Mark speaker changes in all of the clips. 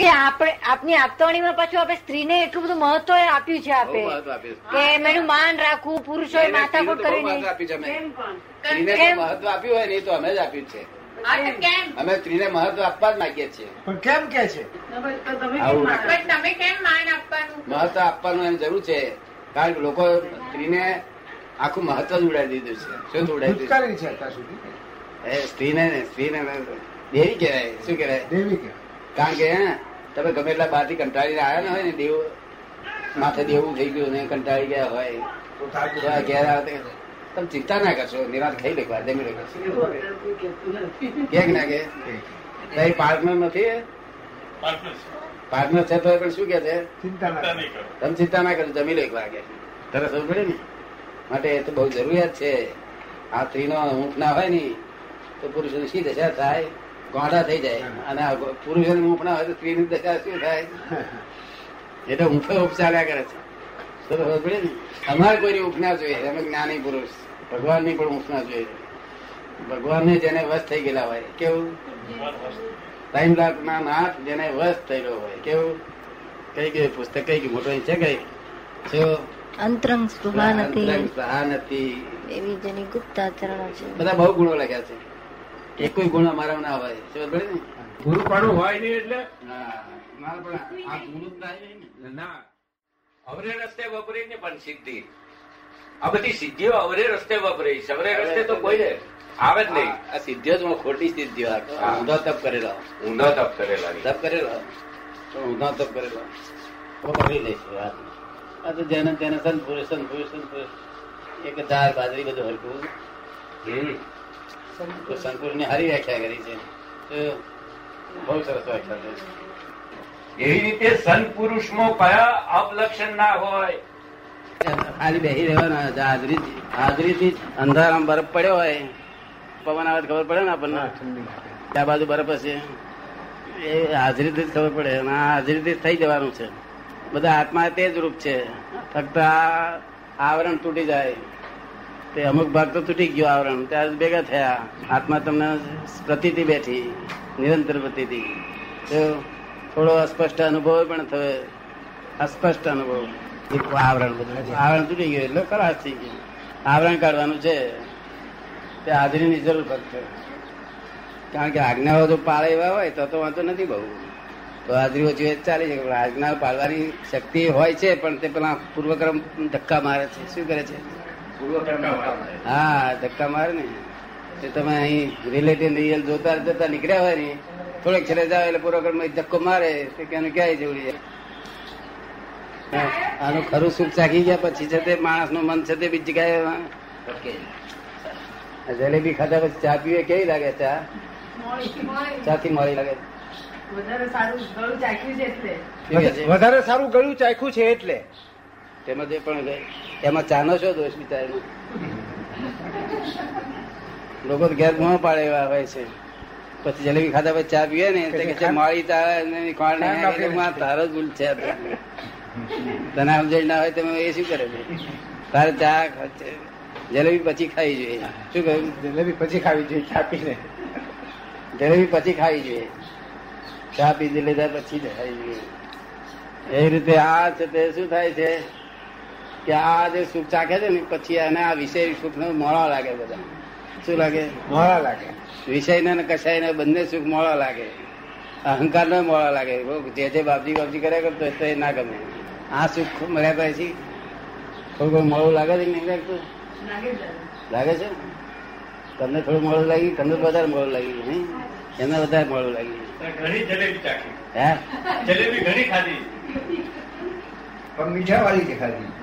Speaker 1: એ આપણે આપની આપતાણીમાં પાછું આપણે સ્ત્રીને એટલું બધું મહત્વ આપ્યું છે આપે
Speaker 2: બહુ મહત્વ આપ્યું છે.
Speaker 1: કે એમનું માન રાખવું પુરુષોએ
Speaker 2: એને
Speaker 1: માથાકૂટ
Speaker 2: સ્ત્રીને તો બહુ
Speaker 1: કરીને
Speaker 2: મહત્વ આપ્યું
Speaker 3: કેમ પણ
Speaker 1: કેમ?
Speaker 2: છે અમે. સ્ત્રીને તો મહત્વ આપ્યું હોય ને એ તો અમે જ આપ્યું છે
Speaker 4: હા તો કેમ
Speaker 2: અમે સ્ત્રીને મહત્વ આપવા જ માંગીએ છીએ
Speaker 5: પણ કેમ કે છે
Speaker 3: તમે તો તમે કેમ
Speaker 2: આવું.
Speaker 3: માનો?
Speaker 4: પણ તમે કેમ માન આપવાનું
Speaker 2: મહત્વ આપવાનું એમ જરૂર છે કારણ કે લોકો સ્ત્રીને આખું મહત્વ જ ઉડાડી દીધું છે શું ઉડાડી દીધું
Speaker 5: ભૂતકાળની છે અત્યાર સુધી
Speaker 2: એ સ્ત્રીને ને સ્ત્રીને દેવી કહેવાય શું કહેવાય
Speaker 5: દેવી કે
Speaker 2: કારણ કે હે, તમે ગમે એટલા બહારથી કંટાળીને આવ્યા ને હોય ને દેવ માથે દેવું થઈ ગયું ને કંટાળી ગયા હોય
Speaker 5: તો
Speaker 2: તો આ
Speaker 5: તાજુ
Speaker 2: ઘેર આવે તો તમે ચિંતા ના કરશો નિરાંત ખાઈ લેવા જમી લેવા
Speaker 3: એવું અત્યારે કોઈ કહેતું નથી.
Speaker 2: કે કે ના કે તારી પાર્ટનર નથી પાર્ટનર છે તો પણ શું કે છે
Speaker 5: ચિંતા ના કરો.
Speaker 2: તમે ચિંતા ના કરો જમી લો એક વાગે તરસ સમજ પડે ને માટે એ તો બહુ જરૂરિયાત છે આ સ્ત્રીનો ઊંઘ ના હોય ને તો પુરુષોની શી દશા થાય ગોંડા થઈ જાય અને આ પુરુષોની ઊંઘ ના હોય તો સ્ત્રીની દશા શું થાય એટલે ઊંઘો ઊંઘ ચાલ્યા કરે છે તો તો સમજ પડે ને અમારે કોઈની ઊંઘ ના જોઈએ અમે જ્ઞાની પુરુષ ભગવાનની પણ ઊંઘ ના જોઈએ ભગવાનને જેને વશ થઈ ગયેલા હોય કેવું ટાઈમ ના નાથ જેને વશ થયેલો હોય કેવું કઈ કઈ પુસ્તક કઈ કઈ મોટો છે કઈ જો
Speaker 6: અંતરંગ સ્પૃહા નથી
Speaker 2: સહાનતી
Speaker 6: એવી જેની ગુપ્તાચરણ છે
Speaker 2: બધા બહુ ગુણો લખ્યા છે એક કોઈ ગુણ અમારા ના હોય સમજ પડી ને
Speaker 7: પૂરું પાડું હોય નહીં એટલે
Speaker 2: હા, મારે પણ આ ગુણ જ ના આવી ને
Speaker 7: ના
Speaker 8: અવરે રસ્તે વપરાય ને પણ સિદ્ધિ આ બધી સિદ્ધિઓ અવરે રસ્તે વપરાય છે અવરે રસ્તે તો કોઈ ને આવે જ નહીં
Speaker 2: આ સિદ્ધિઓ જ મને ખોટી સિદ્ધિઓ આ
Speaker 8: હા.
Speaker 2: ઊંધો તપ કરેલો
Speaker 8: ઊંધા તપ કરેલા ની.
Speaker 2: તપ કરેલો તો ઊંધો તપ કરેલો તો કરી લઈશું વાત આ તો જેને તેને સંત પુરુષ સંત પુરુષ સંત પુરુષ એક દાળ બાજરી બધું હરકું
Speaker 8: હમ.
Speaker 2: તો સંતપુરની હારી વ્યાખ્યા કરી છે તો બહુ સરસ વ્યાખ્યા છે
Speaker 8: એવી રીતે સંત પુરુષમાં કયા અપલક્ષણ ના હોય
Speaker 2: ખાલી બેસી રહેવાના છે. હાજરી હાજરીથી અંધારામાં બરફ પડ્યો હોય પવન આવે તો ખબર પડે ને આપણને
Speaker 5: હા, ઠંડી લાગે.
Speaker 2: આ બાજુ બરફ હશે એ હાજરીથી જ ખબર પડે અને આ હાજરીથી જ થઈ જવાનું છે બધા આત્મા તે જ રૂપ છે ફક્ત આ આવરણ તૂટી જાય તે અમુક ભાગ તો તૂટી ગયો આવરણ ત્યારે ભેગા થયા આત્મા તમને પ્રતિથી બેઠી નિરંતર પ્રતિથી તો થોડો અસ્પષ્ટ અનુભવ પણ થયો અસ્પષ્ટ અનુભવ એક આવરણ બધું આવરણ તૂટી ગયું એટલે ખરાશ થઈ ગયું આવરણ કાઢવાનું છે તે હાજરીની જરૂર પડશે કારણ કે આજ્ઞાઓ જો પાળે એવા હોય તો તો વાંધો નથી બહુ તો હાજરી ઓછી હોય તો ચાલી જાય પણ આજ્ઞાઓ પાળવાની શક્તિ હોય છે પણ તે પેલા પૂર્વક્રમ ધક્કા મારે છે શું કરે છે હા ધક્કા મારે ને તે તમે અહીં રિલેટિવ રિયલ જોતા જતા નીકળ્યા હોય ને થોડેક છેલ્લે જાવ એટલે પૂર્વક્રમ ધક્કો મારે તે ક્યાંનું ક્યાંય જેવડી જાય હા, આનું ખરું સુખ ચાખી ગયા પછી છે તે માણસનું મન છે તે બીજી જગ્યાએ જલેબી ખાધા પછી ચા પીવે કેવી લાગે ચા
Speaker 3: મોડી.
Speaker 2: ચાથી મળી લાગે
Speaker 3: વધારે સારું ગળું ચાખ્યું છે એટલે
Speaker 2: કેવી છે?
Speaker 5: વધારે સારું ગળું ચાખ્યું છે એટલે
Speaker 2: તેમાં જે પણ એમાં ચાનો શો દોષ બિચારાનો લોકો તો ઘેર ન પાડે એવા હોય છે પછી જલેબી ખાધા પછી ચા પીએ ને તો કે છે, માળી તારા ને ખોળ ને આ કે માં તારો જ ભૂલ છે આ તો. તને સમજણ ના હોય તમે એ શું કરે છે તારે ચા ખા- જલેબી પછી ખાવી જોઈએ શું કહ્યું
Speaker 5: જલેબી પછી ખાવી જોઈએ ચા પીને
Speaker 2: જલેબી પછી ખાવી જોઈએ ચા પી લીધા પછી જ ખાવી જોઈએ એ રીતે આ છે તે શું થાય છે કે આ જે સુખ ચાખે છે ને પછી આને આ વિષય સુખનો મોળા લાગે બધા શું લાગે
Speaker 5: મોડા લાગે
Speaker 2: વિષયને ને કસાયને બંને સુખ મોળા લાગે અહંકારને મોળા લાગે રોગ જે જે બાપજી બાપજી કર્યા કરતો હોય તો એ ના ગમે આ સુખ મળ્યા પછી થોડું ઘણું મોડું લાગે છે કે નહીં લાગતું
Speaker 3: નાગે જાય.
Speaker 2: લાગે છે તમને થોડું મોડું લાગ્યું તમને વધારે મોડું લાગ્યું નહીં એમને વધારે મોડું લાગ્યું
Speaker 7: ઘણી જલેબી ચાખી
Speaker 2: હે
Speaker 7: જલેબી ઘણી ખાધી
Speaker 5: પણ મીઠા વાળી છે ખાધી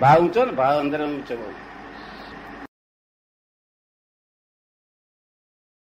Speaker 2: ભાવ ઊંચો ને ભાવ અંદર ઊંચો બહુ.